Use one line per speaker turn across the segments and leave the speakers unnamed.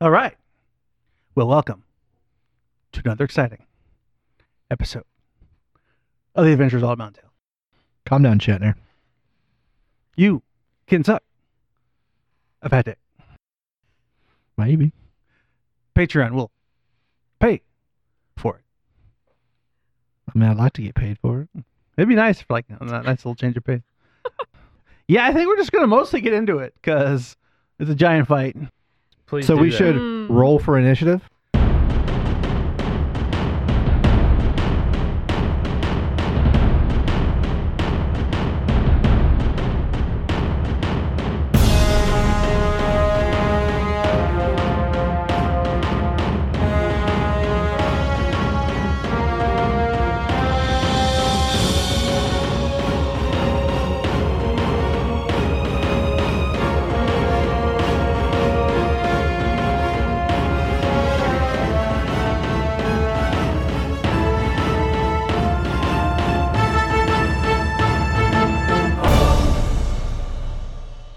All right. Well, welcome to another exciting episode of The Adventures of Odd Mountain Tale.
Calm down, Shatner.
You can suck. I've had it.
Maybe.
Patreon will pay for it.
I mean, I'd like to get paid for it.
It'd be nice for like a nice little change of pace. yeah, I think we're just gonna mostly get into it because it's a giant fight.
Please
so
do
we
that.
should
Mm.
roll for initiative.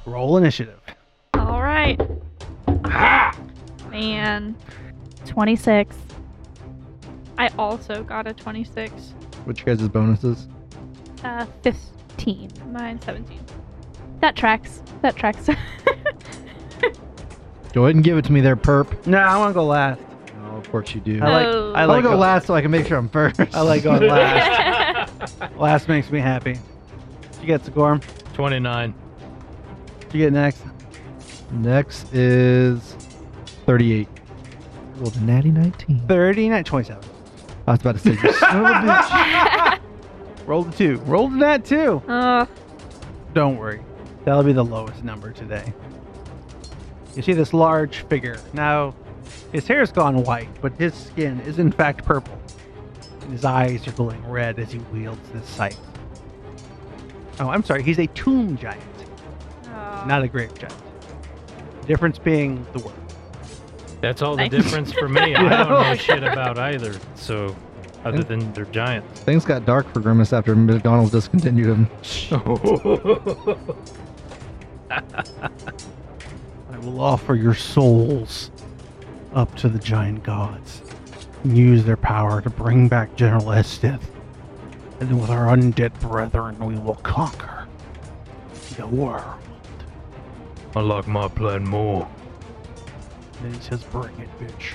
Roll initiative.
All right. Man. 26. I also got a 26.
What you guys' bonuses?
Uh, 15. Mine, 17. That tracks. That tracks.
Go ahead and give it to me there, perp.
No, I wanna go last.
Oh, of course you do.
I
I,
like
Oh.
I
will
like
go last so I can make sure I'm first.
I like going last.
Oh.
last makes me happy. You get Sigorum.
29.
You get next.
Next is 38. Well, the natty 19.
Thirty nine twenty seven.
I was about to say, you son of a bitch.
Roll the two. Roll the nat two.
uh,
Don't worry. That'll be the lowest number today. You see this large figure. Now, his hair's gone white, but his skin is in fact purple. And his eyes are glowing red as he wields this scythe. Oh, I'm sorry. He's a tomb giant,
uh,
not a grave giant. Difference being the word.
That's all the
Nice.
difference for me. I
Yeah.
don't know shit about either. So, other than they're giants.
Things got dark for Grimace after McDonald's discontinued him.
I will offer your souls up to the giant gods and use their power to bring back General Esteth. And then with our undead brethren, we will conquer the world.
I like my plan more.
And he says, Bring it, bitch.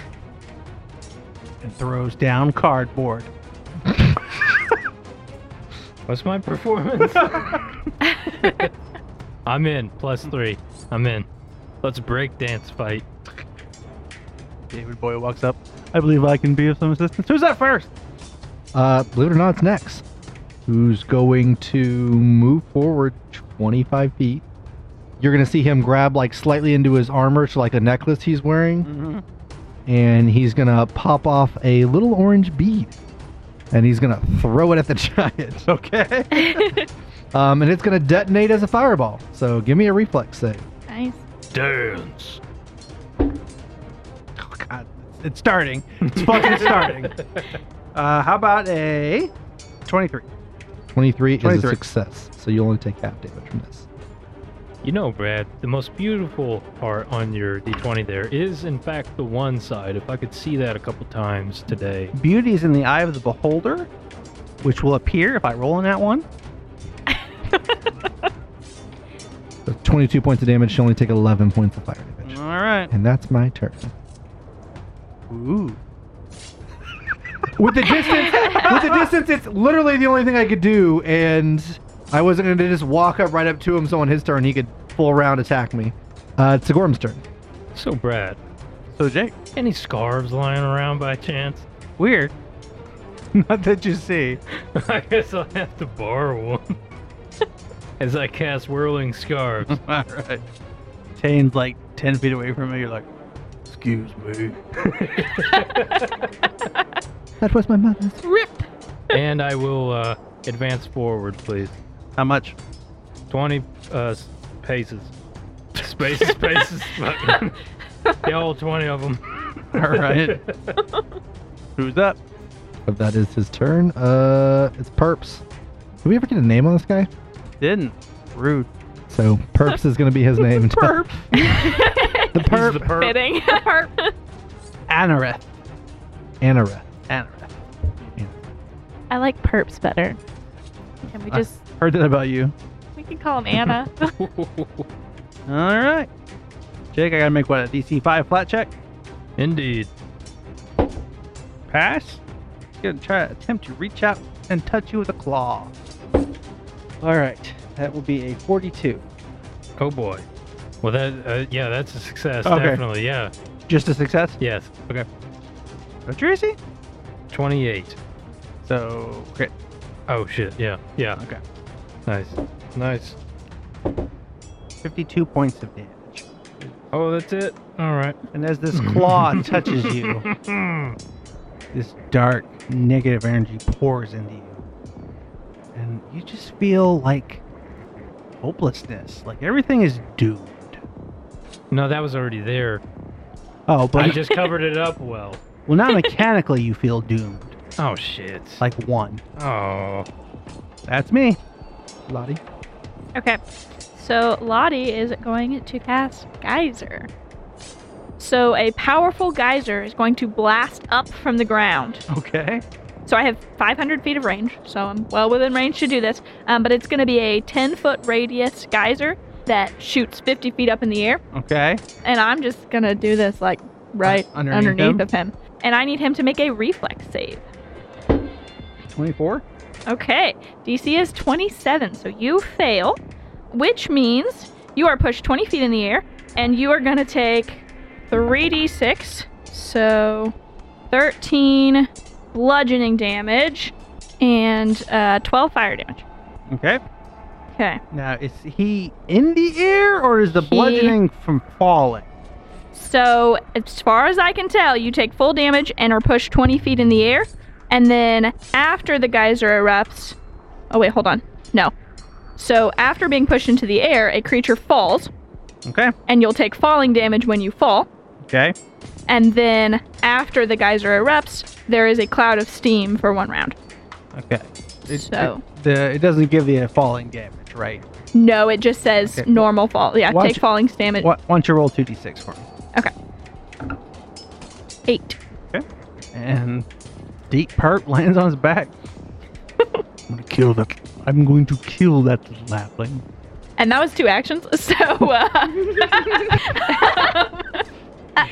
And throws down cardboard.
What's my performance? I'm in. Plus three. I'm in. Let's break dance fight.
David Boy walks up. I believe I can be of some assistance. Who's that first?
Uh, believe it or not, it's next. Who's going to move forward 25 feet? You're gonna see him grab like slightly into his armor, so like a necklace he's wearing,
Mm-hmm.
and he's gonna pop off a little orange bead, and he's gonna throw it at the giant.
Okay.
Um, and it's gonna detonate as a fireball. So give me a reflex save.
nice.
Dance.
Oh, God. It's starting. It's fucking starting. Uh, how about a 23?
23, is a
23.
success, so you only take half damage from this.
You know, Brad, the most beautiful part on your D20 there is, in fact, the one side. If I could see that a couple times today.
Beauty is in the eye of the beholder, which will appear if I roll on that one.
So 22 points of damage. You only take 11 points of fire damage,
right.
and that's my turn.
Ooh.
with the distance with the distance it's literally the only thing i could do and i wasn't going to just walk up right up to him so on his turn he could full round attack me uh it's Sigorm's turn
So, Brad,
So Jake,
any scarves lying around by chance?
weird. Not that you see.
I guess I'll have to borrow one. As I cast Whirling Scarves.
All right. Tane's like ten feet away from me. You're like, excuse me.
that was my mother's
Rip.
and I will uh, advance forward, please.
How much?
20 uh, s- paces. Spaces, spaces. fucking- the whole 20 of them.
All right. Who's up?
but that is his turn uh it's perps did we ever get a name on this guy
Didn't. Rude.
so perps is going to be his name until-
Burp. The perp,
the perp.
Fitting.
Anoreth.
Anoreth.
Anoreth.
I like perps better. Can we
I-
just
Heard that about you.
we can call him Anna?
All right. Jake, I gotta make what a DC five flat check.
Indeed.
Pass. He's gonna try to attempt to reach out and touch you with a claw. All right, that will be a forty-two.
Oh boy. Well, that uh, yeah, that's a success.
Okay.
Definitely. Yeah.
Just a success.
Yes. Okay.
What's your AC?
Twenty-eight.
So crit.
Oh shit. Yeah. Yeah.
Okay.
Nice. Nice.
Fifty-two points of damage.
Oh, that's it. All right. Hmm.
And as this claw touches you, this dark negative energy pours into you. And you just feel like hopelessness. Like everything is doomed.
No, that was already there.
Oh,
I
but
just covered it up well.
well, not mechanically, you feel doomed.
Oh shit.
Like one.
oh.
That's me. Lottie.
okay. So Lottie is going to cast Geyser. So a powerful geyser is going to blast up from the ground.
Okay.
So I have 500 feet of range, so I'm well within range to do this. Um, but it's going to be a 10 foot radius geyser that shoots 50 feet up in the air,
Okay.
and I'm just going to do this like right
Uh, underneath him?
of him. And I need him to make a reflex save.
24.
Okay, DC is 27, so you fail, which means you are pushed 20 feet in the air, and you are going to take 3d6, so 13 bludgeoning damage and uh, 12 fire damage.
Okay.
Okay,
Now, is he in the air or is the
He-
bludgeoning from falling?
so as far as I can tell, you take full damage and are pushed 20 feet in the air, and then after the geyser erupts, oh wait, hold on, no. So after being pushed into the air, a creature falls.
Okay.
and you'll take falling damage when you fall.
Okay.
And then after the geyser erupts, there is a cloud of steam for one round.
Okay. It,
So-
it, the, it doesn't give the falling damage, right?
No, it just says
Okay.
normal fall. Yeah,
Watch-
take falling damage.
Why, why don't you roll 2d6 for me?
Eight.
And Deep Perp lands on his back. I'm gonna kill that. I'm going to kill that lapling.
And that was two actions. So, uh,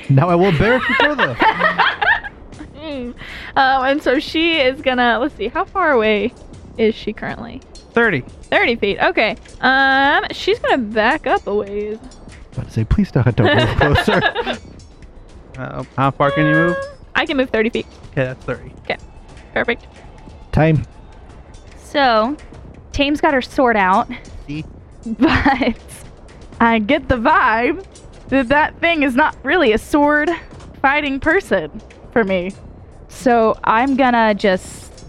Now I will embarrass you further.
mm. um, and so she is gonna. Let's see, how far away is she currently?
30.
Thirty feet. Okay. Um, she's gonna back up a ways.
About to say, please don't, don't move closer.
Uh, how far can you move?
I can move thirty feet.
Okay, that's 30.
Perfect.
Time.
So, Tame's got her sword out,
See?
but I get the vibe that that thing is not really a sword fighting person for me. So, I'm gonna just.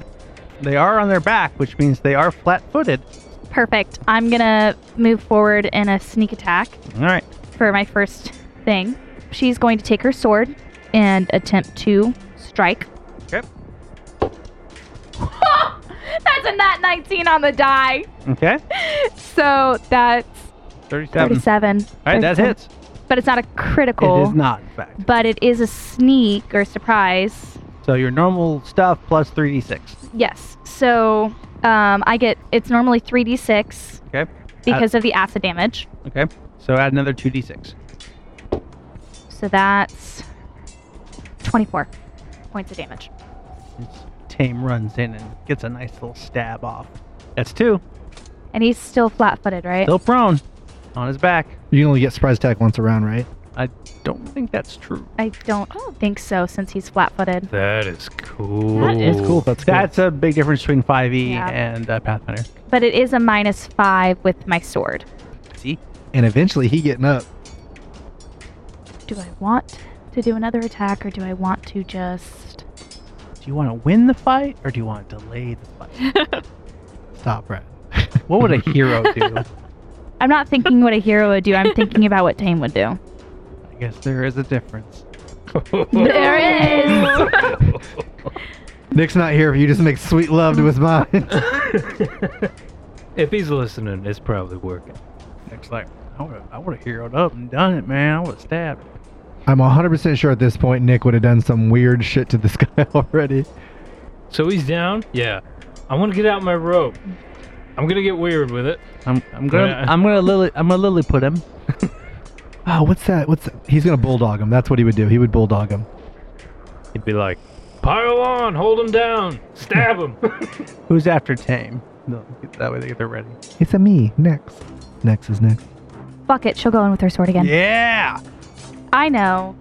They are on their back, which means they are flat footed.
Perfect. I'm gonna move forward in a sneak attack
Alright.
for my first thing. She's going to take her sword and attempt to strike.
Okay.
That's a nat 19 on the die.
Okay.
So that's
37.
37.
Alright, that
37.
hits.
But it's not a
It
critical.
is not, in fact.
But it is a sneak or surprise.
So your normal stuff plus 3d6.
Yes. So um, I get it's normally 3d6
Okay.
because of the acid damage.
Okay. So add another 2d6.
So that's 24 points of damage.
It's- Tame runs in and gets a nice little stab off. That's two.
And he's still flat footed, right?
Still prone. On his back.
You can only get surprise attack once around, right?
Don't think that's true.
I don't think so since he's flat footed.
That is cool.
That is
Cool. That's cool.
That's a big difference between 5e
Yeah.
and uh, Pathfinder.
But it is a minus 5 with my sword.
See?
and eventually he getting up.
Do I want to do another attack or do I want to just.
Do you want to win the fight or do you want to delay the fight?
Stop, Brad.
What would a hero do? I
I'm not thinking what a hero would do. I'm thinking about what Tame would do.
guess there is a difference.
There is.
Nick's not here if you just make sweet love to his mind.
if he's listening, it's probably working.
Next layer. I would have I would have heroed up and done it, man. I would have stabbed.
I'm 100% sure at this point Nick would have done some weird shit to this guy already.
So he's down? Yeah. I want to get out my rope. I'm going to get weird with it.
I'm I'm gonna
Yeah.
I'm gonna lily I'm gonna lily put him.
Oh, what's that? What's that? He's going to bulldog him. That's what he would do. He would bulldog him.
He'd be like, pile on, hold him down, stab him.
Who's after Tame? No, that way they get they're ready.
It's a me. Next. Next is next.
Fuck it, she'll go in with her sword again.
Yeah.
I know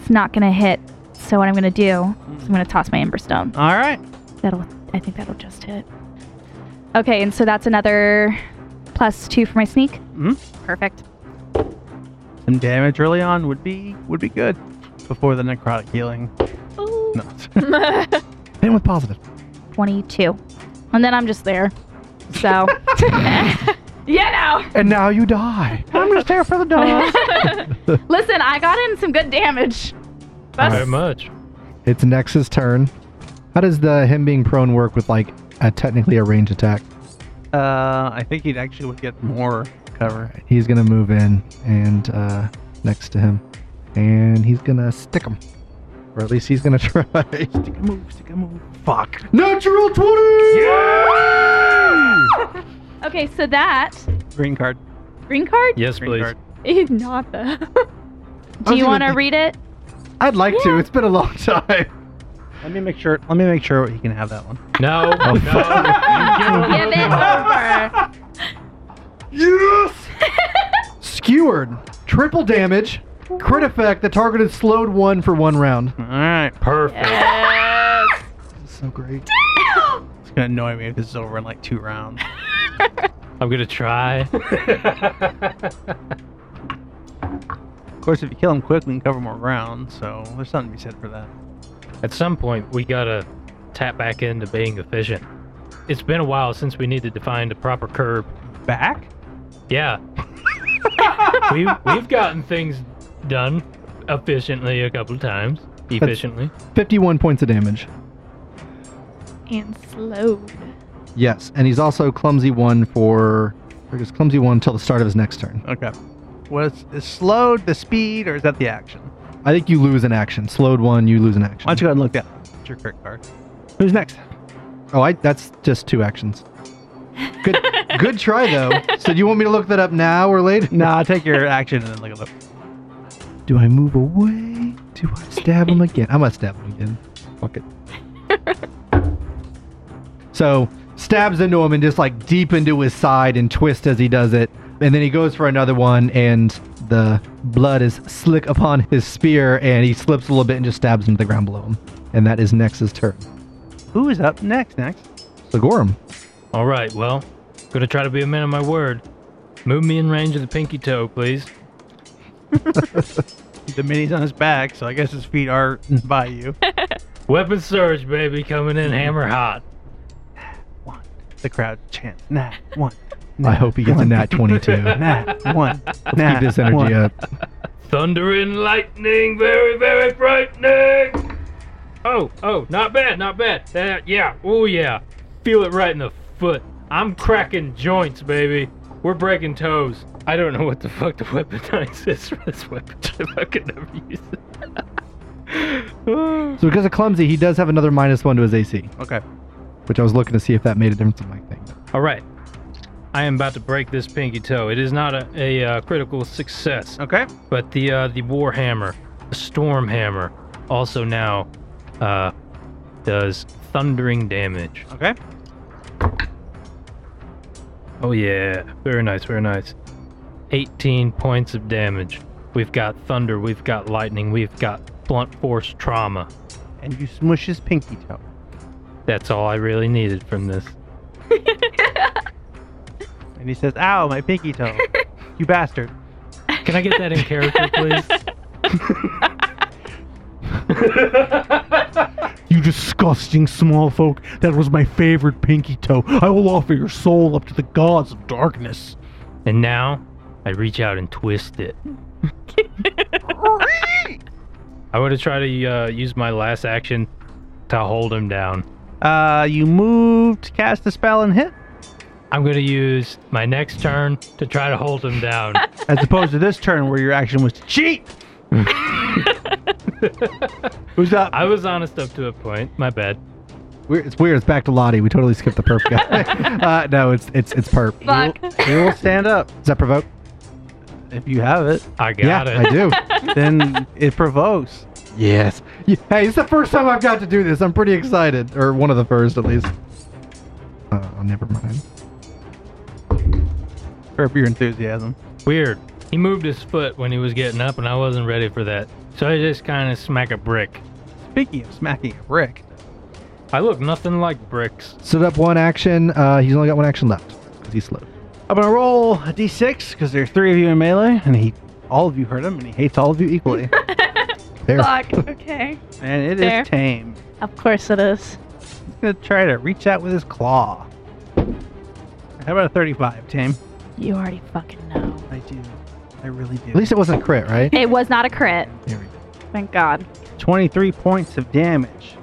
it's not gonna hit. So what I'm gonna do is I'm gonna toss my Ember Stone.
All right.
That'll I think that'll just hit. Okay, and so that's another plus two for my sneak.
Mhm.
Perfect.
Some damage early on would be would be good before the necrotic healing. No.
And with positive.
Twenty-two, and then I'm just there. So
yeah, no.
And now you die.
I'm just here for the dog.
listen, I got in some good damage.
Not Very much.
It's Nex's turn. How does the him being prone work with like a technically a range attack?
uh, I think he'd actually would get more cover.
He's gonna move in and uh, next to him, and he's gonna stick him, or at least he's gonna try.
Stick a move, stick a move. Fuck.
Natural twenty.
Okay, so that
Green card.
green card
Yes,
Green
please.
card.
He's not the.
I
Do
was
you
gonna
want to
think-
read it?
I'd like to. It's been a long time.
Let me make sure. Let me make sure he can have that one.
No, no. You give him
Give Oh, it
another one.
over.
Yes. Skewered. Triple damage. Crit effect. The target is slowed one for one round.
All right.
Perfect.
So great.
It's gonna annoy me if this is over in like two rounds.
I'm going to try.
Of course, if you kill him quick, we can cover more ground. So there's something to be said for that.
At some point, we got to tap back into being efficient. It's been a while since we needed to find a proper curb.
Back?
Yeah. we've, we've gotten things done efficiently a couple of times. Efficiently.
Fifty-one points of damage.
and slow.
Yes, and he's also clumsy one for. Or just clumsy one until the start of his next turn.
Okay. Was is slowed the speed or is that the action?
I think you lose an action. Slowed one, you lose an action.
Why don't you go ahead and look that? up? It's your crit card. Who's next?
Oh, I, that's just two actions. Good, good try though. So do you want me to look that up now or later?
Nah, take your action and then look it up.
Do I move away? Do I stab him again? I'm gonna stab him again. Fuck it. so stabs into him and just like deep into his side and twist as he does it, and then he goes for another one and the blood is slick upon his spear and he slips a little bit and just stabs into the ground below him. And that is Nex's turn.
Who is up next? Next.
So Gorham.
All right, well, going to try to be a man of my word. Move me in range of the pinky toe, please.
The mini's on his back, so I guess his feet are by you.
Weapon surge, baby, coming in hammer hot.
one. The crowd chants. Nah, one.
I hope he gets a nat 22.
Nah, one. nah,
Keep this energy
one.
up.
Thunder and lightning, very, very frightening. Oh, oh, not bad, not bad. Uh, yeah, oh yeah. Feel it right in the foot. I'm cracking joints, baby. We're breaking toes. I don't know what the fuck the weaponize is for this weapon type. I could never use it.
So because of clumsy, he does have another minus one to his AC,
Okay.
which I was looking to see if that made a difference in my thing.
All right. I am about to break this pinky toe. It is not a, a uh, critical success.
Okay.
But the uh, the warhammer, the storm hammer, also now uh, does thundering damage.
Okay.
Oh yeah, very nice, very nice. 18 points of damage. We've got thunder, we've got lightning, we've got blunt force trauma.
And you smush his pinky toe.
That's all I really needed from this.
And he says, Ow, my pinky toe. you bastard.
Can I get that in character, please?
You disgusting small folk. That was my favorite pinky toe. I will offer your soul up to the gods of darkness.
And now I reach out and twist it. I want to try to uh, use my last action to hold him down.
Uh, you moved, cast a spell, and hit.
I'm going to use my next turn to try to hold him down.
As opposed to this turn where your action was to cheat. Who's up?
I was honest up to a point. My bad.
We're, it's weird. It's back to Lottie. We totally skipped the perp guy. uh, no, it's it's it's perp.
Fuck.
You will stand up
Does that provoke?
if you have it.
I got
yeah,
it.
I do.
Then it provokes.
Yes. Yeah, Hey, it's the first time I've got to do this. I'm pretty excited, or one of the first at least. Uh, never mind.
Curb your enthusiasm.
Weird. He moved his foot when he was getting up, and I wasn't ready for that. So I just kind of smack a brick.
Speaking of smacking a brick,
I look nothing like bricks.
Stood up one action. Uh, he's only got one action left because he's slow.
I'm gonna roll a d6 because there's three of you in melee, and he, all of you hurt him, and he hates all of you equally.
There.
Fuck. Okay.
and it is
Fair.
tame.
Of course it is.
He's gonna try to reach out with his claw. How about a 35, tame?
You already fucking know.
I do. I really do.
At least it wasn't a crit, right?
It was not a crit.
There we go.
Thank God.
23 points of damage.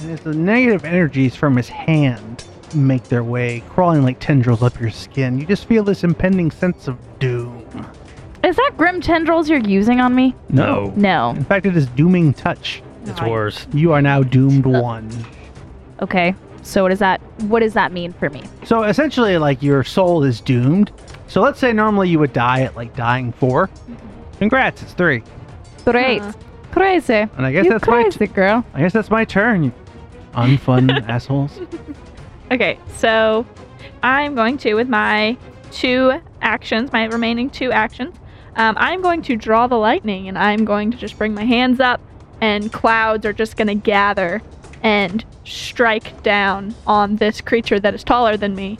And as the negative energies from his hand make their way, crawling like tendrils up your skin, you just feel this impending sense of doom.
Is that grim tendrils you're using on me?
No.
No.
In fact, it is dooming touch.
It's
No, I-
worse.
You are now doomed one.
Okay. So what does that what does that mean for me?
So essentially, like your soul is doomed. So let's say normally you would die at like dying four. Congrats, it's three.
Great.
Huh.
Crazy.
And I guess
you
that's my
crazy
t-
girl.
I guess that's my turn. You unfun assholes.
Okay. So I'm going to, with my two actions, my remaining two actions, um, I'm going to draw the lightning and I'm going to just bring my hands up and clouds are just going to gather and strike down on this creature that is taller than me.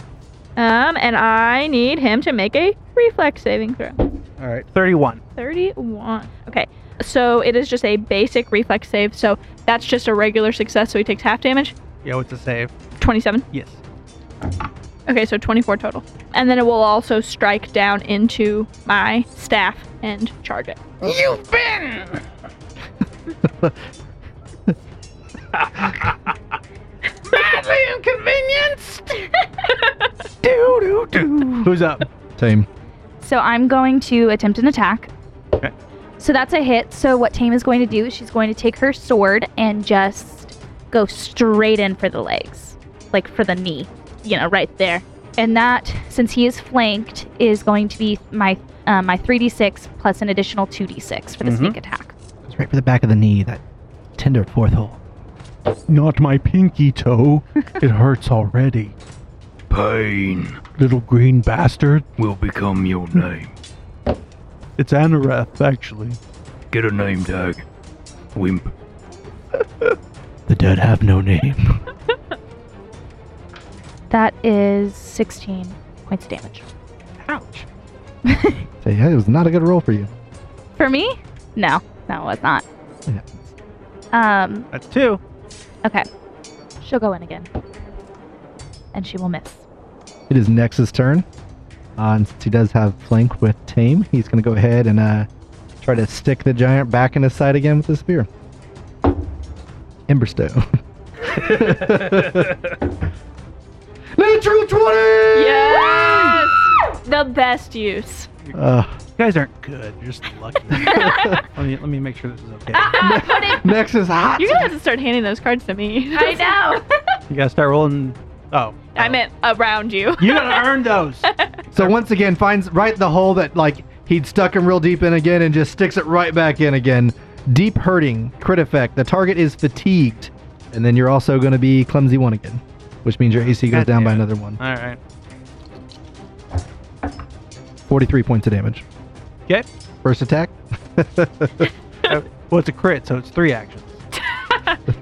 Um, and I need him to make a reflex saving throw.
All right, thirty-one.
31. Okay. So it is just a basic reflex save. So that's just a regular success. So he takes half damage.
Yeah, what's a save?
27.
Yes.
Okay, so 24 total. And then it will also strike down into my staff and charge it.
Who's up?
Same.
So I'm going to attempt an attack.
Okay.
So that's a hit. So what Tame is going to do is she's going to take her sword and just go straight in for the legs, like for the knee, you know, right there. And that, since he is flanked, is going to be my uh, my 3d6 plus an additional 2d6 for the sneak attack.
It's right for the back of the knee, that tender fourth hole.
Not my pinky toe. it hurts already.
Pain
Little green bastard.
will become your name.
It's Anoreth, actually.
Get a name tag. Wimp.
The dead have no name.
That is 16 points of damage.
Ouch.
So yeah, it was not a good roll for you.
For me? No, no, it was not.
Yeah.
Um,
That's two.
Okay. She'll go in again. And she will miss.
It is Nex's turn. Uh, and since he does have flank with Tame, he's going to go ahead and uh, try to stick the giant back in his side again with his spear. Emberstow. Natural 20!
Yes! the best use.
Uh,
You guys aren't good. You're just lucky. let me let me make sure this is okay.
Nex is hot.
You're going to have to start handing those cards to me. I know.
You gotta start rolling. Oh,
I meant around you.
you gotta earn those.
So once again, finds right the hole that like he'd stuck him real deep in again, and just sticks it right back in again. Deep hurting, crit effect. The target is fatigued, and then you're also going to be clumsy one again, which means your AC goes
God
down by
damn it.
another one.
All right.
Forty-three points of damage.
Okay.
First attack.
Uh, well, it's a crit, so it's three actions.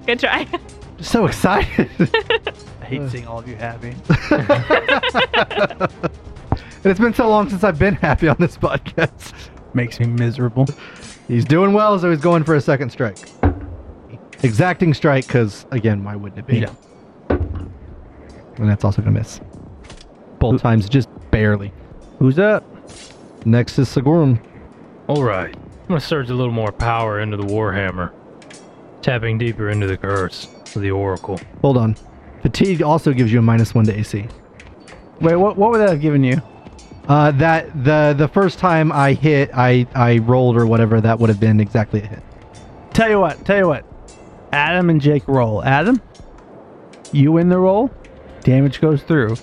Good try.
so excited, and
I hate seeing all of you happy.
it's been so long since I've been happy on this podcast.
Makes me miserable.
He's doing well, so he's going for a second strike. Exacting strike, because again, why wouldn't it be?
Yeah.
And that's also gonna miss. Both times, just barely.
Who's up?
Next is Segurum.
All right. I'm going to surge a little more power into the Warhammer, tapping deeper into the curse of the Oracle.
Hold on. Fatigue also gives you a minus one to AC.
Wait, what? What would that have given you?
Uh, that the the first time I hit, I I rolled or whatever. That would have been exactly a hit.
Tell you what, tell you what. Adam and Jake roll. Adam, you win the roll. Damage goes through.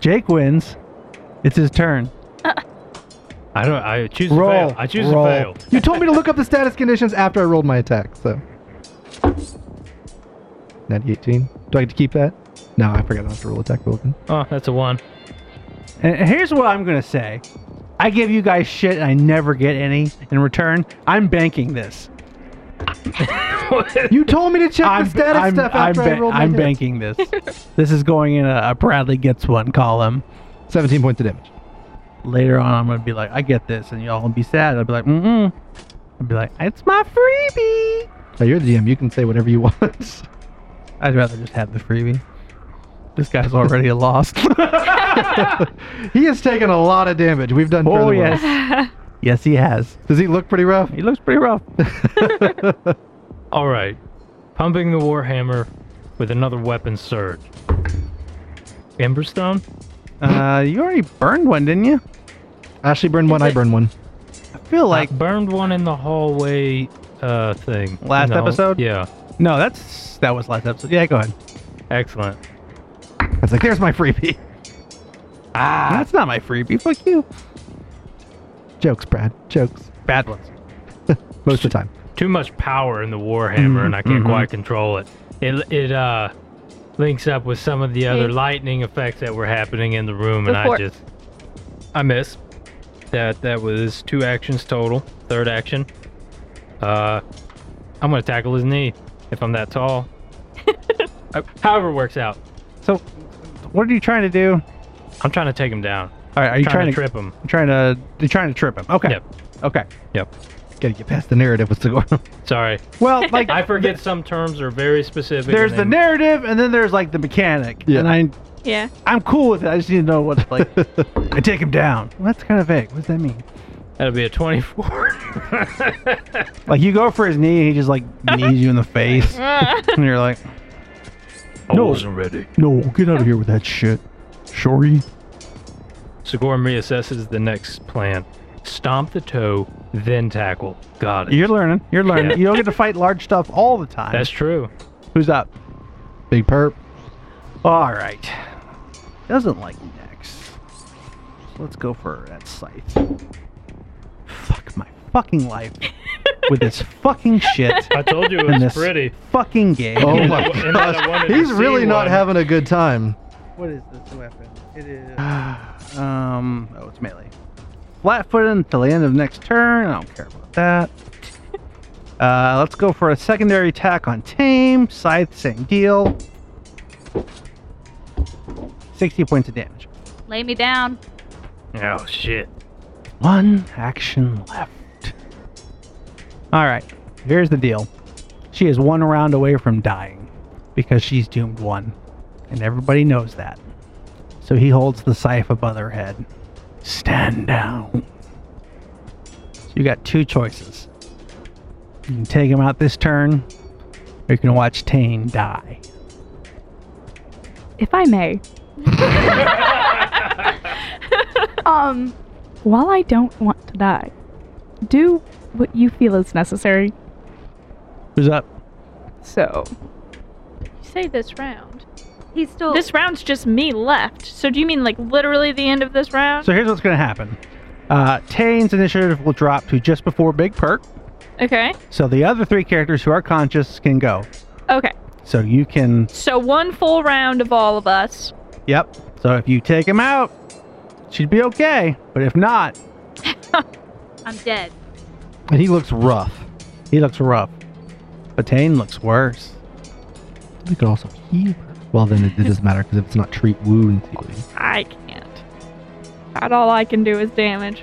Jake wins. It's his turn.
I don't. I choose
Roll,
to fail. I choose
roll.
to fail.
You told me to look up the status conditions after I rolled my attack. So. 90, 18. Do I get to keep that? No, I forgot I have to roll attack building.
Oh, that's a one.
And here's what I'm gonna say. I give you guys shit and I never get any in return. I'm banking this.
You told me to check
I'm,
the status
I'm,
stuff
I'm,
after I
ba-
rolled my
I'm
hit.
banking this. this is going in a, a Bradley gets one column.
17 points of damage.
Later on, I'm gonna be like, I get this, and y'all will be sad. I'll be like, mm mm. I'll be like, it's my freebie.
Now you're the DM. You can say whatever you want.
I'd rather just have the freebie. This guy's already a lost.
he has taken a lot of damage. We've done.
oh
fairly well.
yes, yes he has.
Does he look pretty rough?
He looks pretty rough.
All right, pumping the warhammer with another weapon surge. Emberstone.
Uh, you already burned one, didn't you?
Ashley burned one. I burned one.
I
Uh,
feel like
I burned one in the hallway uh thing.
Last
No,
episode?
Yeah.
no. That's that was last episode. Yeah, go ahead.
Excellent.
I was like, "There's my freebie." Ah.
That's not my freebie. Fuck you.
Jokes, Brad. Jokes.
Bad ones.
Most of the time.
Too much power in the warhammer and I can't quite control it. It it uh links up with some of the other
Okay.
lightning effects that were happening in the room and I
Before-
just I miss. That that was two actions total. Third action. Uh I'm going to tackle his knee if I'm that tall. Uh, However it works out.
So, what are you trying to do? All
I'm trying to take him down.
right, are you trying,
to trip him?
You're trying to you're trying to trip him. Okay.
Yep.
Okay.
Yep.
Gotta get past the narrative. What's going on?
Sorry.
Well, like
I forget some terms are very specific.
there's the
and
narrative and then there's like the mechanic.
Yeah.
And I
Yeah.
I'm cool with it. I just need to know what's like I take him down. Well, that's kind of vague. What does that mean?
That'll be a 24.
Like you go for his knee and he just like knees you in the face. and you're like,
I
No.
wasn't ready.
No, get out of here with that shit. Shorty.
Segor reassesses the next plan. Stomp the toe, then tackle. Got it.
You're learning. You're learning. You don't get to fight large stuff all the time.
That's true.
Who's up?
Big perp.
All right. Doesn't like next. So let's go for that scythe. Fuck my fucking life with this fucking shit
I told you it
and this
was pretty.
fucking game.
Oh my
And then I
gosh.
wanted to
He's
see
really not
one.
having a good time.
What is this weapon? It is. um. Oh, it's melee. Flat footed until the end of next turn. I don't care about that. Uh, let's go for a secondary attack on Tame. Scythe, same deal. 60 points of damage.
Lay me down.
Oh, shit.
One action left. All right, here's the deal. She is one round away from dying because she's doomed one, and everybody knows that. So he holds the scythe above her head. Stand down. So you got two choices. You can take him out this turn, or you can watch Tane die.
If I may. um, while I don't want to die, do what you feel is necessary.
Who's up?
So
You say this round.
he's still
This round's just me left. So do you mean like literally the end of this round?
So here's what's going to happen. Uh, Tane's initiative will drop to just before Big Perk.
Okay.
So the other three characters who are conscious can go.
Okay.
So you can.
So one full round of all of us.
Yep. So if you take him out, she'd be okay. But if not,
I'm dead.
And he looks rough.
he looks rough. Batane looks worse.
We could also heal. Well, then it, it doesn't matter because if it's not treat wounds,
I can't. Not all I can do is damage.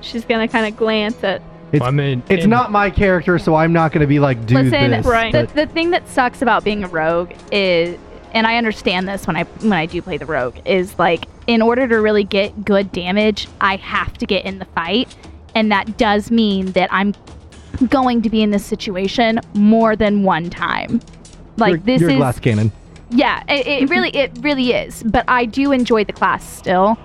She's gonna kind of glance at.
It's-
I mean,
it's
in-
not my character, so I'm not going to be like, do
Listen,
this.
right.
the,
but-
the thing that sucks about being a rogue is and I understand this when I when I do play the rogue is like in order to really get good damage, I have to get in the fight and that does mean that I'm going to be in this situation more than one time. Like
you're,
this
you're
is
glass cannon.
Mm-hmm. yeah, it, it really it really is, but I do enjoy the class still.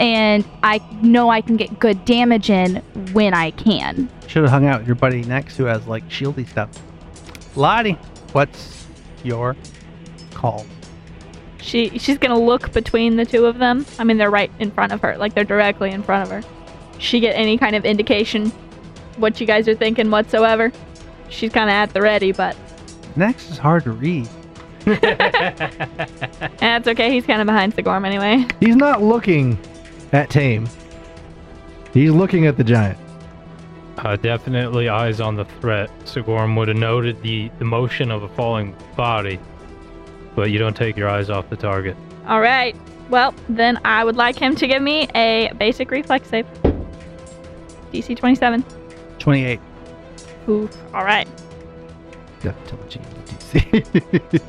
and I know I can get good damage in when I can.
Should have hung out with your buddy next who has like shieldy stuff. Lottie, what's your call?
She she's gonna look between the two of them. I mean, they're right in front of her, like they're directly in front of her. She get any kind of indication what you guys are thinking whatsoever. She's kind of at the ready, but
Next is hard to read.
that's okay. He's kind of behind Sigorm anyway.
He's not looking at Tame. He's looking at the giant.
Uh, definitely eyes on the threat. Sigorm would have noted the, the motion of a falling body, but you don't take your eyes off the target.
All right. Well, then I would like him to give me a basic reflex save. DC 27.
28.
Oof. All right.
Gotta tell the GM the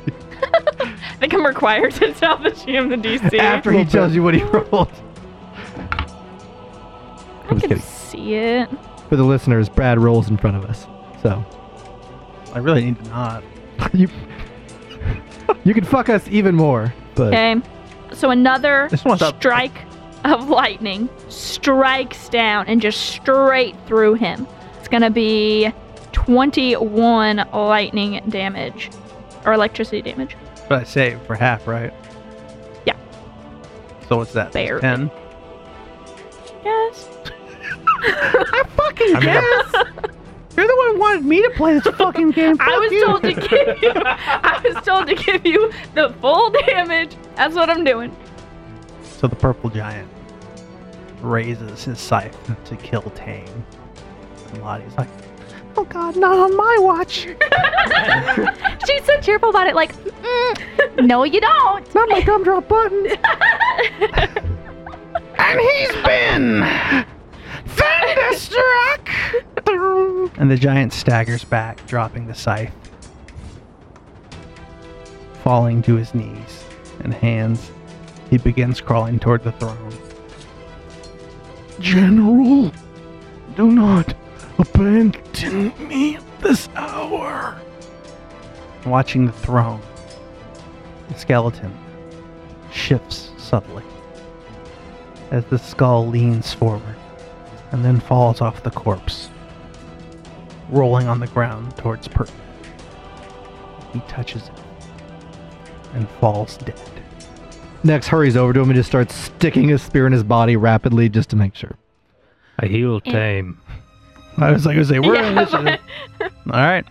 I think I'm required to tell the GM the DC.
DC. After he tells you what he rolled.
I
I'm just
can
kidding.
see it.
For the listeners, Brad rolls in front of us. So
I really need to not.
you you can fuck us even more. But
Okay. So another
This one's up.
strike of lightning strikes down and just straight through him. It's going to be 21 lightning damage or electricity damage.
But I save for half, right?
Yeah.
So what's that?
Barely.
10?
Yes.
I mean, You're the one who wanted me to play this fucking game.
I was told to give you I was told to give you the full damage. That's what I'm doing.
So the purple giant raises his scythe to kill Tame. And Lottie's like, oh god, not on my watch.
She's so cheerful about it, like, "Mm, no, you don't.
not my gumdrop button.
And he's been thunderstruck. and the giant staggers back, dropping the scythe, falling to his knees and hands. He begins crawling toward the throne.
General, do not abandon me at this hour.
Watching the throne, the skeleton shifts subtly as the skull leans forward and then falls off the corpse, rolling on the ground towards Perk. He touches it and falls dead.
Next hurries over to him and just starts sticking his spear in his body rapidly just to make sure.
I heal tame
I was like, I was like, we're
Yeah,
in this. All
but-
right.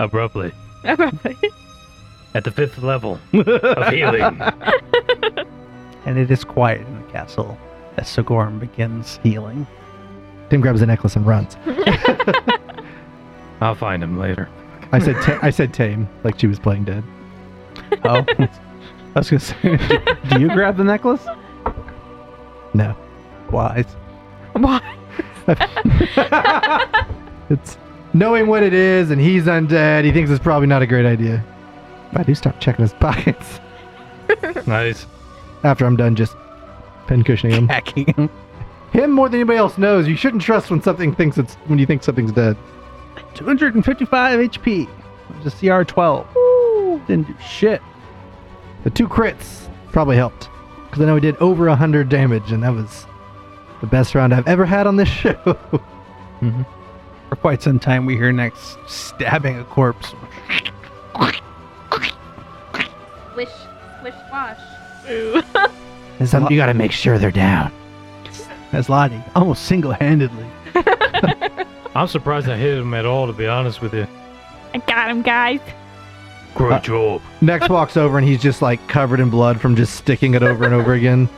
abruptly
abruptly.
at the fifth level of healing.
And it is quiet in the castle as Sigorm begins healing.
Tim grabs the necklace and runs.
I'll find him later.
I said ta- I said tame, like she was playing dead.
Oh, I was gonna say, do you grab the necklace?
No.
Why?
Why?
It's knowing what it is and he's undead, he thinks it's probably not a great idea. I do start checking his pockets
Nice.
after I'm done just pincushioning him.
Hacking him.
Him more than anybody else knows. You shouldn't trust when something thinks it's when you think something's dead.
255 HP. It was a CR 12. Didn't do shit.
The two crits probably helped because I know he did over hundred damage, and that was the best round I've ever had on this show.
For quite some time, we hear next stabbing a corpse.
Wish, wish, wash.
As, Lo-
gotta make sure they're down.
as Lottie, almost single handedly.
I'm surprised I hit him at all, to be honest with you.
I got him, guys.
Great job.
Next walks over and he's just like covered in blood from just sticking it over and over again.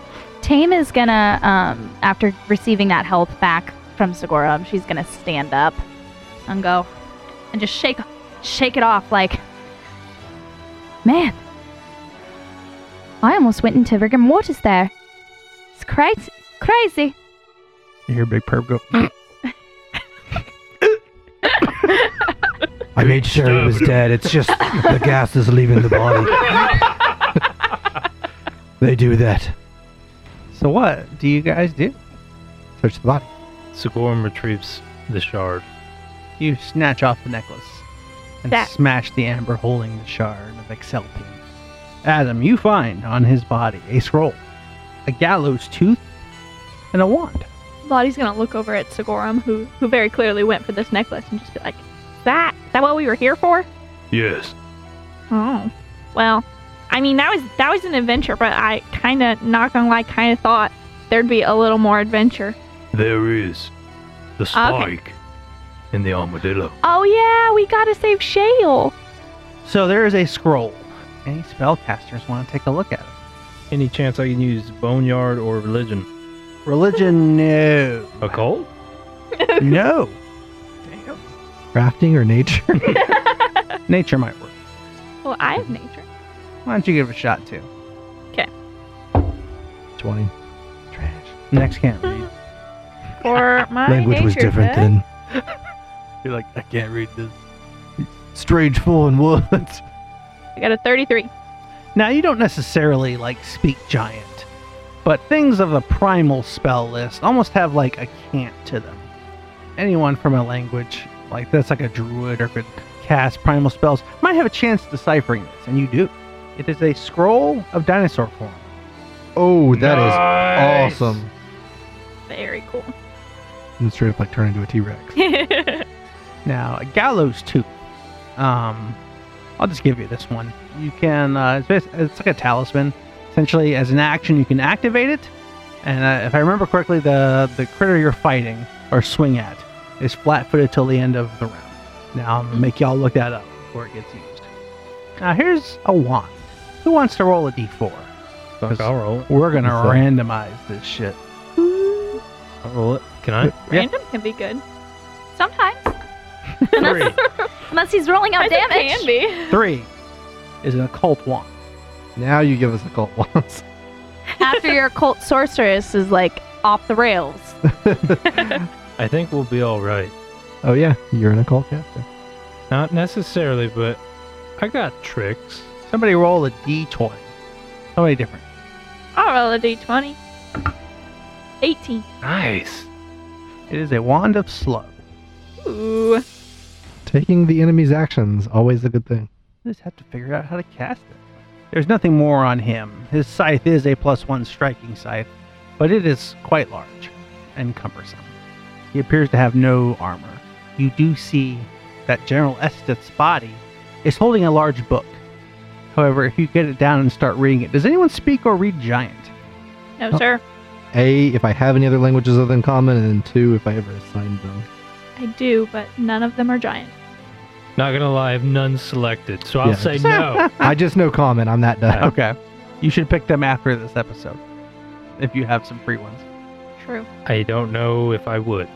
Tame is gonna, um, after receiving that health back from Segorum, she's gonna stand up and go and just shake, shake it off. Like, man, I almost went into rigor mortis there. It's crazy, crazy.
You hear Big Perp go,
I made sure he was dead. It's just the gas is leaving the body. they do that.
So what do you guys do?
Search the body.
Sigorm retrieves the shard.
You snatch off the necklace and
That-
smash the amber holding the shard of Excelpion. Adam, you find on his body a scroll, a gallows tooth, and a wand.
Lottie's gonna look over at Sigorum, who who very clearly went for this necklace, and just be like, "That that what we were here for?"
Yes.
Oh, well, I mean that was that was an adventure, but I kind of not gonna lie, kind of thought there'd be a little more adventure.
There is the spike in the armadillo.
Oh yeah, we gotta save Shale.
So there is a scroll. Any spellcasters want to take a look at it?
Any chance I can use boneyard or religion?
Religion, no.
Occult?
no.
Crafting or nature?
Nature might work.
Well, I have nature.
Why don't you give it a shot too?
20.
Next can't read.
For my
Language
nature
was different
check.
then.
You're like, I can't read this.
Strange fool in woods.
I got a 33.
Now you don't necessarily like speak giant, but things of the primal spell list almost have like a cant to them. Anyone from a language like that's like a druid or could cast primal spells might have a chance deciphering this, and you do. It is a scroll of dinosaur form.
Oh, that is
Nice.
awesome.
Very cool.
And straight up like turn into a T Rex.
Now, a gallows tooth. Um, I'll just give you this one. You can. Uh, it's, bas- it's like a talisman. Essentially, as an action, you can activate it. And uh, if I remember correctly, the the critter you're fighting or swing at is flat-footed till the end of the round. Now, I'm gonna make y'all look that up before it gets used. Now, here's a wand. Who wants to roll a d4?
Fuck, I'll roll it.
We're gonna
What's that?
randomize this shit.
I'll roll it. Can I?
Random can be good.
Sometimes,
Three.
unless he's rolling out
I think
Oh, damage.
Can be.
Three is an occult wand.
Now you give us the cult ones.
After your occult sorceress is like off the rails.
I think we'll be all right.
Oh, yeah. You're an occult caster.
Not necessarily, but I got tricks.
Somebody roll a d20. Somebody different.
I'll roll a d20. 18.
Nice.
It is a wand of slow.
Ooh.
Taking the enemy's actions, always a good thing.
You just have to figure out how to cast it. There's nothing more on him. His scythe is a plus one striking scythe, but it is quite large and cumbersome. He appears to have no armor. You do see that General Esteth's body is holding a large book. However, if you get it down and start reading it, does anyone speak or read giant?
No,
Oh.
sir.
A, if I have any other languages other than common, and then two, if I ever assigned them.
I do, but none of them are giant.
Not gonna lie, I have none selected, so I'll
Yeah.
say no.
I just know common. I'm that dumb.
Okay. You should pick them after this episode if you have some free ones.
True.
I don't know if I would.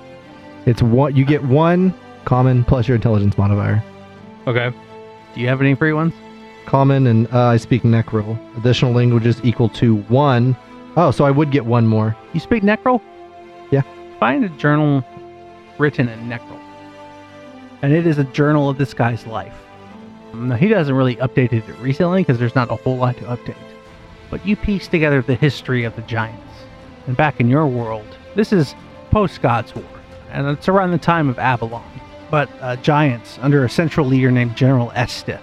It's one. You get one common plus your intelligence modifier.
Okay.
Do you have any free ones?
Common, and uh, I speak Necrol. Additional languages equal to one. Oh, so I would get one more.
You speak Necrol?
Yeah.
Find a journal written in Necrol. And it is a journal of this guy's life. Now, he doesn't really update it recently because there's not a whole lot to update. But you piece together the history of the Giants. And back in your world, this is post God's War. And it's around the time of Avalon. But uh, Giants, under a central leader named General Esteth,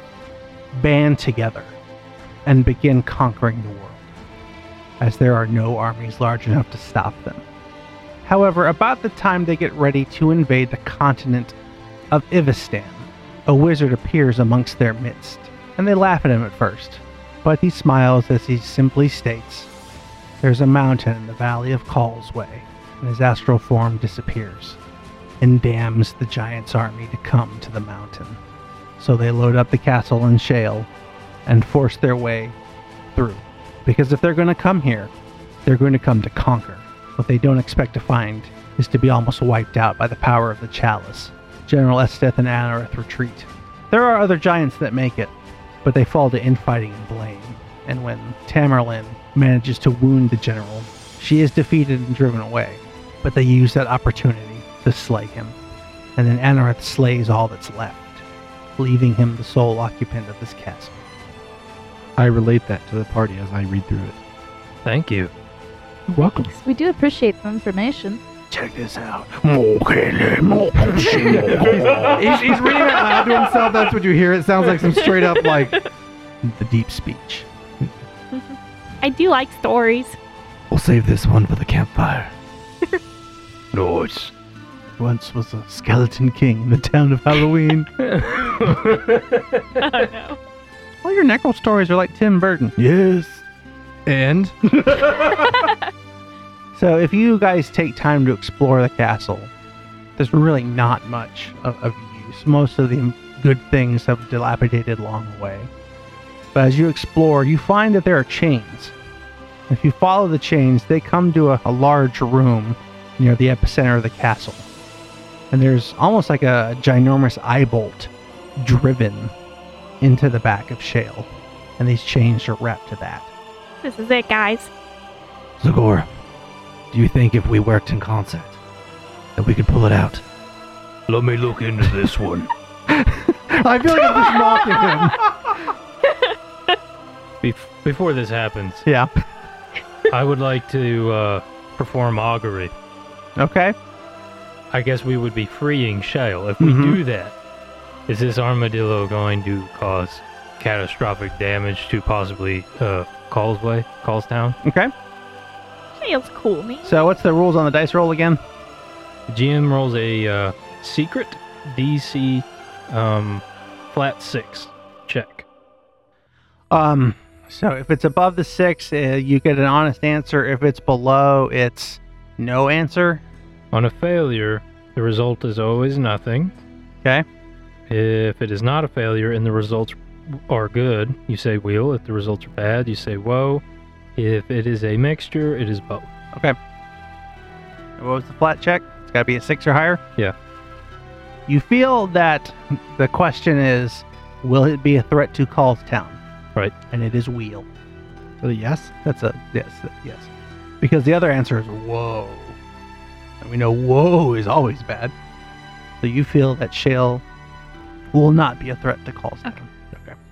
band together and begin conquering the world as there are no armies large enough to stop them. However, about the time they get ready to invade the continent of Ivistan, a wizard appears amongst their midst, and they laugh at him at first, but he smiles as he simply states, There's a mountain in the valley of Callsway, and his astral form disappears and damns the giant's army to come to the mountain. So they load up the castle in Shale and force their way through. Because if they're going to come here, they're going to come to conquer. What they don't expect to find is to be almost wiped out by the power of the chalice. General Esteth and Anareth retreat. There are other giants that make it, but they fall to infighting and blame. And when Tamerlane manages to wound the general, she is defeated and driven away. But they use that opportunity to slay him. And then Anareth slays all that's left, leaving him the sole occupant of this castle.
I relate that to the party as I read through it.
Thank you.
Welcome.
We do appreciate the information.
Check this out.
he's, he's reading it loud to himself. That's what you hear. It sounds like some straight up like
The deep speech.
I do like stories.
We'll save this one for the campfire.
No, it's
Once was a skeleton king in the town of Halloween.
Oh no.
All your necro stories are like Tim Burton.
yes.
And
So if you guys take time to explore the castle, there's really not much of, of use. Most of the good things have dilapidated long away. But as you explore, you find that there are chains. If you follow the chains, they come to a, a large room near the epicenter of the castle. And there's almost like a ginormous eye bolt driven into the back of Shale. And these chains are wrapped to that.
This is it, guys.
Zagor, do you think if we worked in concert that we could pull it out?
let me look into this one.
I feel like I'm just mocking him.
Bef- before this happens,
Yeah.
I would like to uh, perform augury.
Okay.
I guess we would be freeing Shale. If we
Mm-hmm.
Mhm.
do that, is this armadillo going to cause catastrophic damage to possibly uh, Callsway, Callstown?
Okay.
Shale's cool, man.
So what's the rules on the dice roll again?
The GM rolls a uh, secret DC um, flat six check.
Um, so if it's above the six, uh, you get an honest answer. If it's below, it's no answer.
On a failure, the result is always nothing.
Okay.
If it is not a failure and the results are good, you say wheel. If the results are bad, you say whoa. If it is a mixture, it is both.
What was the flat check? It's got to be a six or higher.
Yeah.
You feel that the question is, will it be a threat to Callstown?
Right.
And it is wheel.
yes.
That's a yes, yes. Because the other answer is whoa. And we know whoa is always bad. So you feel that Shale will not be a threat to Callstown.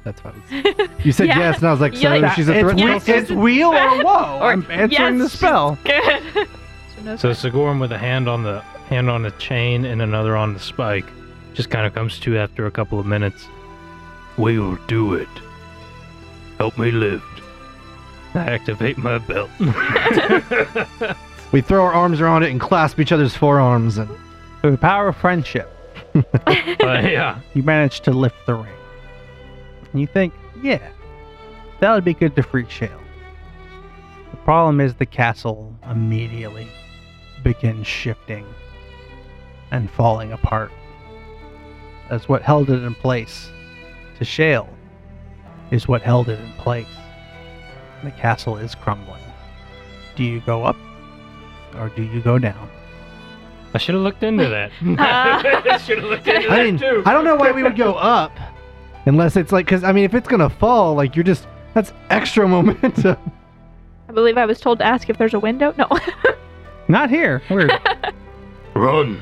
That's what I was. You said
Yeah.
yes, and I was like, so
Yeah,
she's a threat.
it's,
to
wheel-
us?
it's, it's wheel or whoa.
Or
I'm answering the
yes.
spell.
Good.
So Sigorum with a hand on the hand on the chain and another on the spike just kind of comes to after a couple of minutes.
We'll do it. Help me lift.
I activate my belt.
We throw our arms around it and clasp each other's forearms. And
Through the power of friendship,
But yeah,
you manage to lift the ring. And you think, yeah, that would be good to free Shale. The problem is the castle immediately begins shifting and falling apart. As what held it in place to Shale is what held it in place. The castle is crumbling. Do you go up or do you go down?
I should have looked into that.
Uh.
should have looked into
I mean, I don't know why we would go up, unless it's like, because I mean, if it's gonna fall, like you're just that's extra momentum.
I believe I was told to ask if there's a window. No.
Not here. Weird.
Run.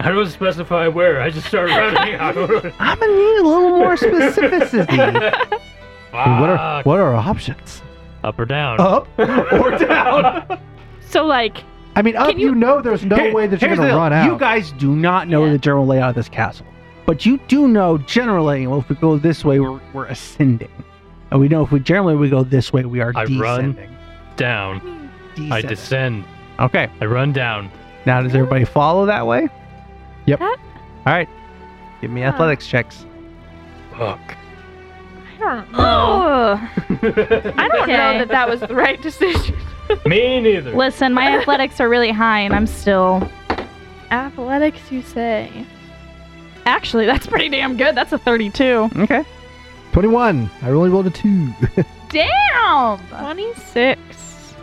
I don't specify where. I just start running. I don't know.
I'm gonna need a little more specificity.
I mean, what are Oh.
Fuck.
what are our options?
up or down?
Ah. Up or down?
so like,
I mean, up.
Can you-
You, know, there's no
Here-
way that you're
here's
gonna
the deal.
run out.
You guys do not know
Yeah.
the general layout of this castle, but you do know generally. Well, if we go this way, we're, we're ascending, and we know if we generally we go this way, we are
I run.
descending.
down. I
Descending.
descend.
Okay.
I run down.
Now, does everybody follow that way?
Yep.
That-
All right. Give me
Huh.
athletics checks.
Fuck.
I don't know.
Oh.
I don't know
Okay.
that that was the right decision.
Me neither.
Listen, my athletics are really high, and I'm still.
Athletics, you say? Actually, that's pretty damn good. That's a 32.
Okay.
21. I only rolled a two.
Damn!
26.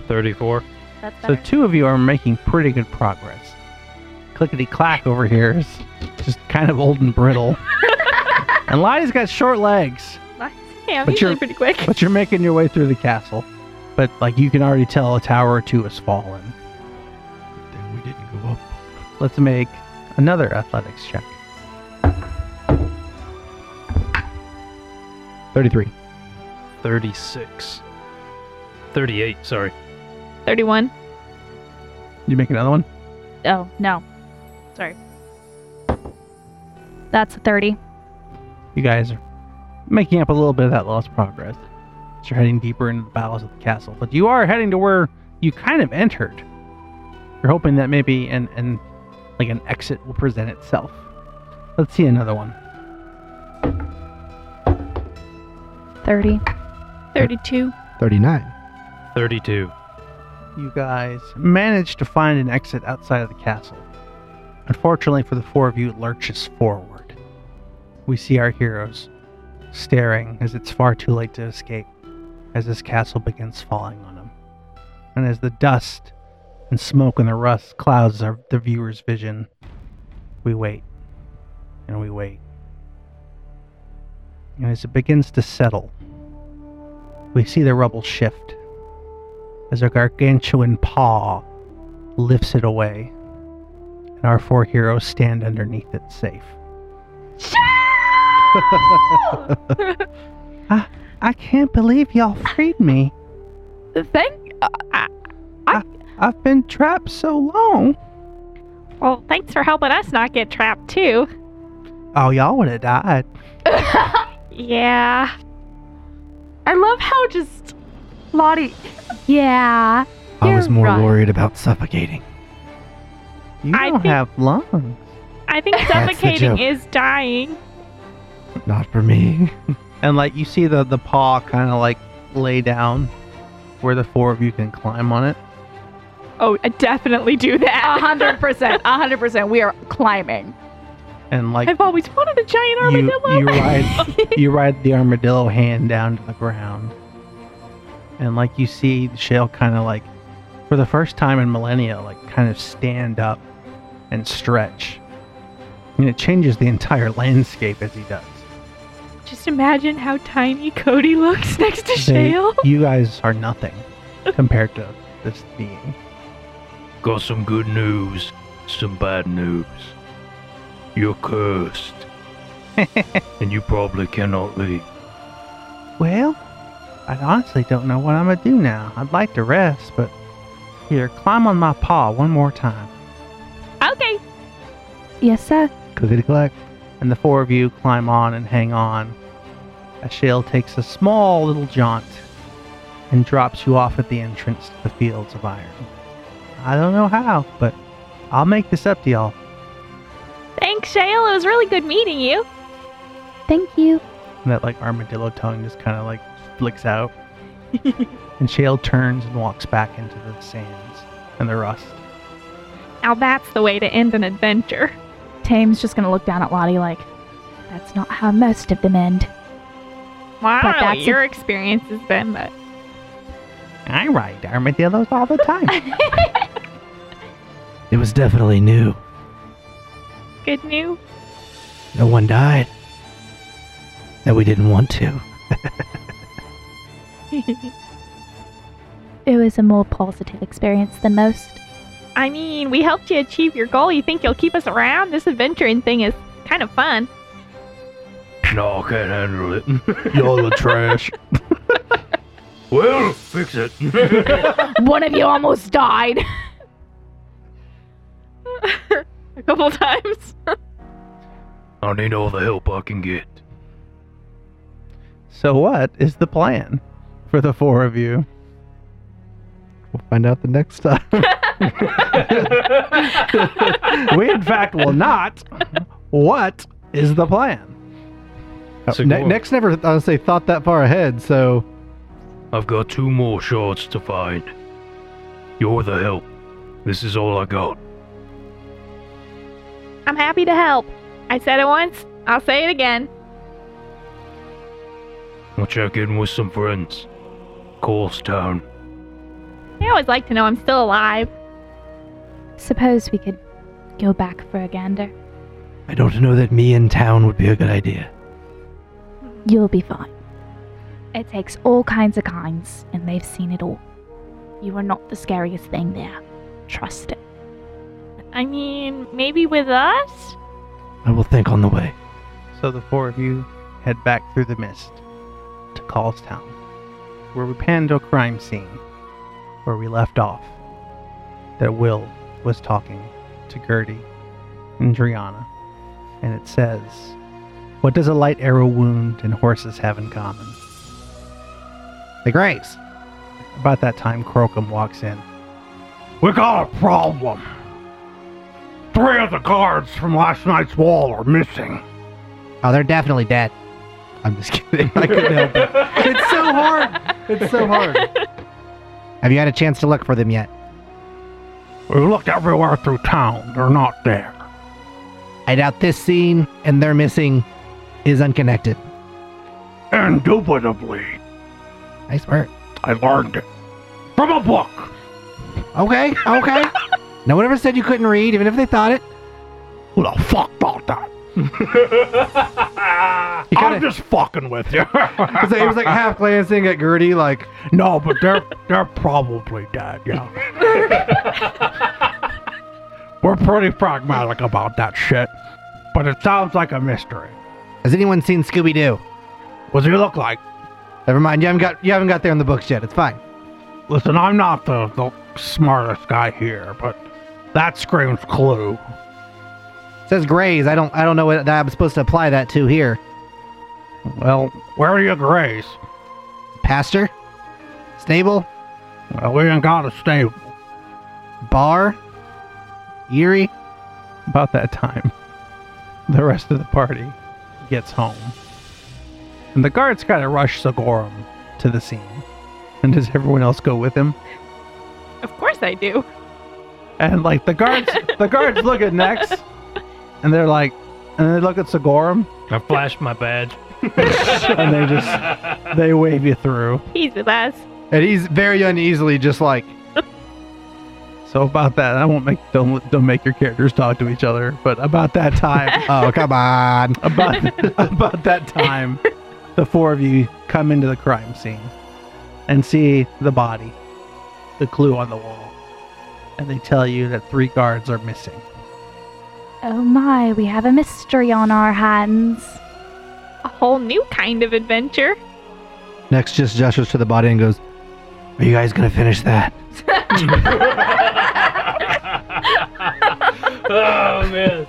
34.
That's
So
better.
two of you are making pretty good progress. Clickety clack over here is just kind of old and brittle, and Lottie's got short legs.
Yeah, I'm
But
usually
you're-
pretty quick.
But you're making your way through the castle. But like you can already tell a tower or two has fallen.
Then we didn't go up.
Let's make another athletics check.
33.
36. 38, sorry.
31.
You make another one?
Oh, no. Sorry. That's a 30.
You guys are making up a little bit of that lost progress. As You're heading deeper into the bowels of the castle. But you are heading to where you kind of entered. You're hoping that maybe an, an like an exit will present itself. Let's see another one.
30.
32.
39.
32.
You guys manage to find an exit outside of the castle. Unfortunately for the four of you, it lurches forward. We see our heroes staring as it's far too late to escape, as this castle begins falling on them. And as the dust and smoke and the rust clouds our, the viewer's vision, we wait and we wait. And as it begins to settle, we see the rubble shift as a gargantuan paw lifts it away, and our four heroes stand underneath it safe. I, I can't believe y'all freed me.
Thank. Uh,
I've been trapped so long.
well, thanks for helping us not get trapped, too.
Oh, y'all would have died.
Yeah. I love how just Lottie.
Yeah.
I was
You're
more
right.
worried about suffocating.
You
I
don't
think-
have lungs.
I think
the
suffocating
joke.
is dying.
Not for me.
And like you see the the paw kind of like lay down where the four of you can climb on it.
Oh, I definitely do that.
A hundred percent. A hundred percent. We are climbing.
And like
I've always wanted a giant
you,
armadillo.
you ride you ride the armadillo hand down to the ground. And like you see the shell kind of like for the first time in millennia like kind of stand up and stretch. And it changes the entire landscape as he does.
Just imagine how tiny Cody looks next to
They-
Shale.
you guys are nothing compared to this being.
Got some good news, some bad news. You're cursed. and you probably cannot leave.
Well, I honestly don't know what I'm gonna do now. I'd like to rest, but here, climb on my paw one more time.
Okay.
Yes, sir.
Clickety clack.
and the four of you climb on and hang on. As Shale takes a small little jaunt and drops you off at the entrance to the fields of iron. I don't know how, but I'll make this up to y'all.
Thanks, Shale. It was really good meeting you.
Thank you.
And that like armadillo tongue just kind of like flicks out. and Shale turns and walks back into the sands and the rust.
Now that's the way to end an adventure.
Tame's just going to look down at Lottie like, that's not how most of them end.
Wow,
But that's a-
your experience has been, but
I ride armadillos all the time.
It was definitely new.
good news.
No one died. And we didn't want to.
It was a more positive experience than most.
I mean, we helped you achieve your goal. You think you'll keep us around? This adventuring thing is kind of fun.
No, I can't handle it.
Y'all are trash.
well, fix it.
One of you almost died.
A couple times.
I need all the help I can get.
So what is the plan for the four of you?
We'll find out the next time.
we in fact will not. What is the plan?
So
ne-
go on.
next never honestly thought that far ahead, so
I've got two more shards to find. You're the help. This is all I got.
I'm happy to help. I said it once, I'll say it again.
I'll check in with some friends. Colestown.
I always like to know I'm still alive.
Suppose we could go back for a gander.
I don't know that me in town would be a good idea.
You'll be fine. It takes all kinds of kinds, and they've seen it all. You are not the scariest thing there. Trust it.
I mean, maybe with us?
I will think on the way.
So the four of you head back through the mist to Callstown, where we pan to a crime scene where we left off. That Will was talking to Gertie and Driana, and it says, What does a light arrow wound and horses have in common?
the grace.
About that time, Crocum walks in.
We got a problem. Three of the guards from last night's wall are missing.
Oh, they're definitely dead. I'm just kidding. I couldn't help it.
It's so hard. It's so hard.
Have you had a chance to look for them yet?
We looked everywhere through town. They're not there.
I doubt this scene and their missing is unconnected.
Indubitably,
Nice work.
I learned it from a book.
Okay, okay. no one ever said you couldn't read, even if they thought it.
Who the fuck thought that?
You
I'm
gotta-
just fucking with you.
It's like- It was like half glancing at Gertie, like,
no, but they're they're probably dead. Yeah. We're pretty pragmatic about that shit, but it sounds like a mystery.
Has anyone seen Scooby Doo?
What does he look like?
Never mind. You haven't got you haven't got there in the books yet. It's fine.
Listen, I'm not the, the smartest guy here, but that screams clue.
It says Grays. I don't I don't know what that I'm supposed to apply that to here.
Well, where are you graze?
Pastor, stable,
Well, we ain't got a stable.
bar, Erie.
About that time, the rest of the party gets home. And the guards kind of rush Sigorum to the scene. And does everyone else go with him?
Of course I do.
And like the guards, the guards look at Nex, and they're like, and they look at Sigorum,
I flashed my badge.
and they just they wave you through.
He's with us.
and he's very uneasily just like,
So about Uh, that, I won't make don't don't make your characters talk to each other. But about that time,
Oh come on.
about about that time, the four of you come into the crime scene and see the body, the clue on the wall, and they tell you that three guards are missing.
Oh my, we have a mystery on our hands.
A whole new kind of adventure.
Next, just gestures to the body and goes, "Are you guys gonna finish that?"
Oh man.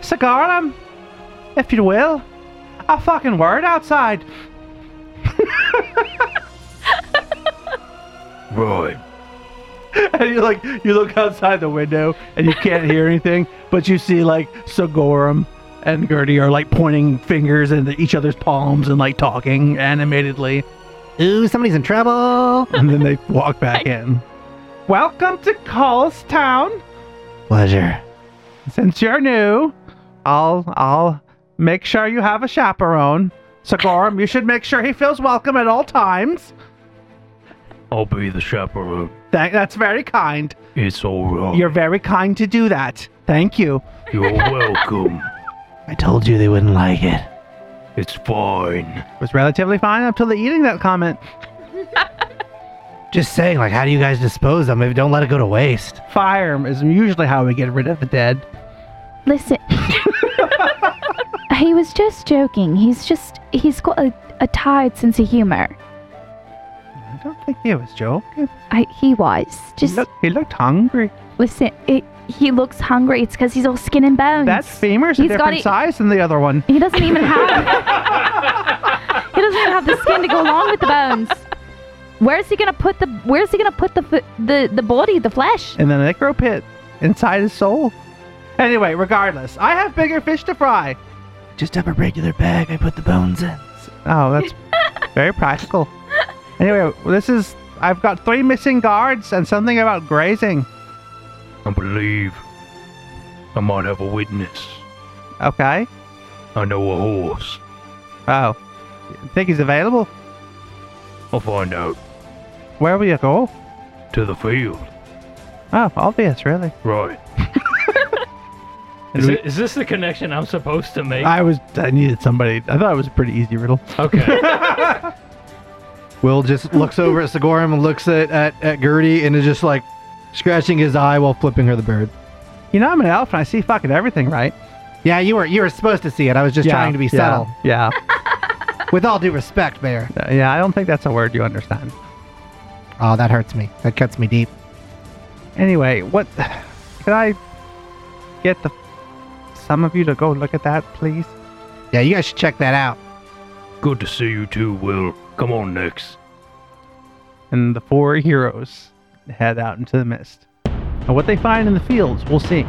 Sigarum, if you will, a fucking word outside.
Right.
and you like you look outside the window and you can't hear anything, but you see like Sigorum and Gertie are like pointing fingers into each other's palms and like talking animatedly,
Ooh, somebody's in trouble.
and then they walk back in. Welcome to Colestown.
Pleasure.
Since you're new, I'll I'll make sure you have a chaperone. Sigorum, you should make sure he feels welcome at all times.
I'll be the chaperone.
Tha- that's very kind.
It's all right.
You're very kind to do that. Thank you.
You're welcome.
I told you they wouldn't like it.
It's fine.
It was relatively fine up till the eating that comment.
Just saying, like, how do you guys dispose of them? If- Don't let it go to waste.
Fire is usually how we get rid of the dead.
Listen. he was just joking. He's just, he's got a, a tired sense of humor.
I don't think he was joking.
I, he was. Just
Look, he looked hungry.
listen. It, he looks hungry. It's because he's all skin and bones.
That femur's a
He's got
different
it-
size than the other one.
He doesn't even have. he doesn't even have the skin to go along with the bones. Where is he gonna put the? Where is he gonna put the fu- the the body, the flesh?
And then a necro pit inside his soul. Anyway, regardless, I have bigger fish to fry.
Just have a regular bag I put the bones in.
Oh, that's very practical. Anyway, this is. I've got three missing guards and something about grazing.
I believe I might have a witness.
Okay.
I know a horse.
Oh. Think he's available?
I'll find out.
Where will you go?
To the field.
Oh, obvious, really.
Right.
Is, it, is this the connection I'm supposed to make?
I was. I needed somebody. I thought it was a pretty easy riddle.
okay.
Will just looks over at Sigorum and looks at, at, at Gertie and is just like scratching his eye while flipping her the bird.
You know, I'm an elf and I see fucking everything, right?
Yeah, you were you were supposed to see it. I was just trying to be subtle.
Yeah.
With all due respect, Bear.
Uh, yeah, I don't think that's a word you understand.
Oh, that hurts me. That cuts me deep.
Anyway, what can I get the some of you to go look at that, please?
Yeah, you guys should check that out.
Good to see you too, Will. Come on, Nix.
And the four heroes head out into the mist. And what they find in the fields, we'll see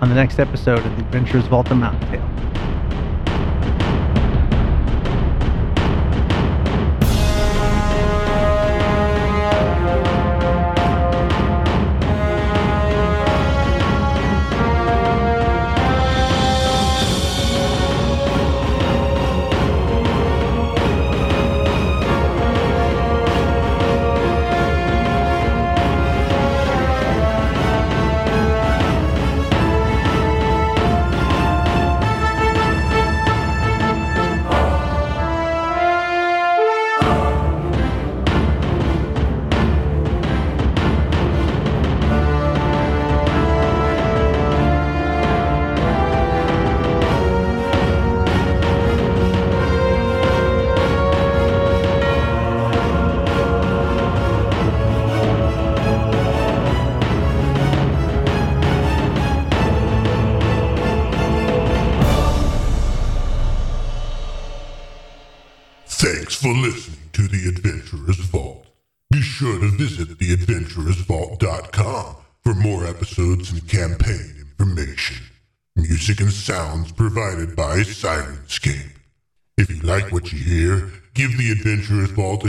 on the next episode of the Adventures of Alta Mountain Tale.
Thanks for listening to The Adventurer's Vault. Be sure to visit theadventurer'svault.com for more episodes and campaign information. Music and sounds provided by Sirenscape. If you like what you hear, give The Adventurer's Vault a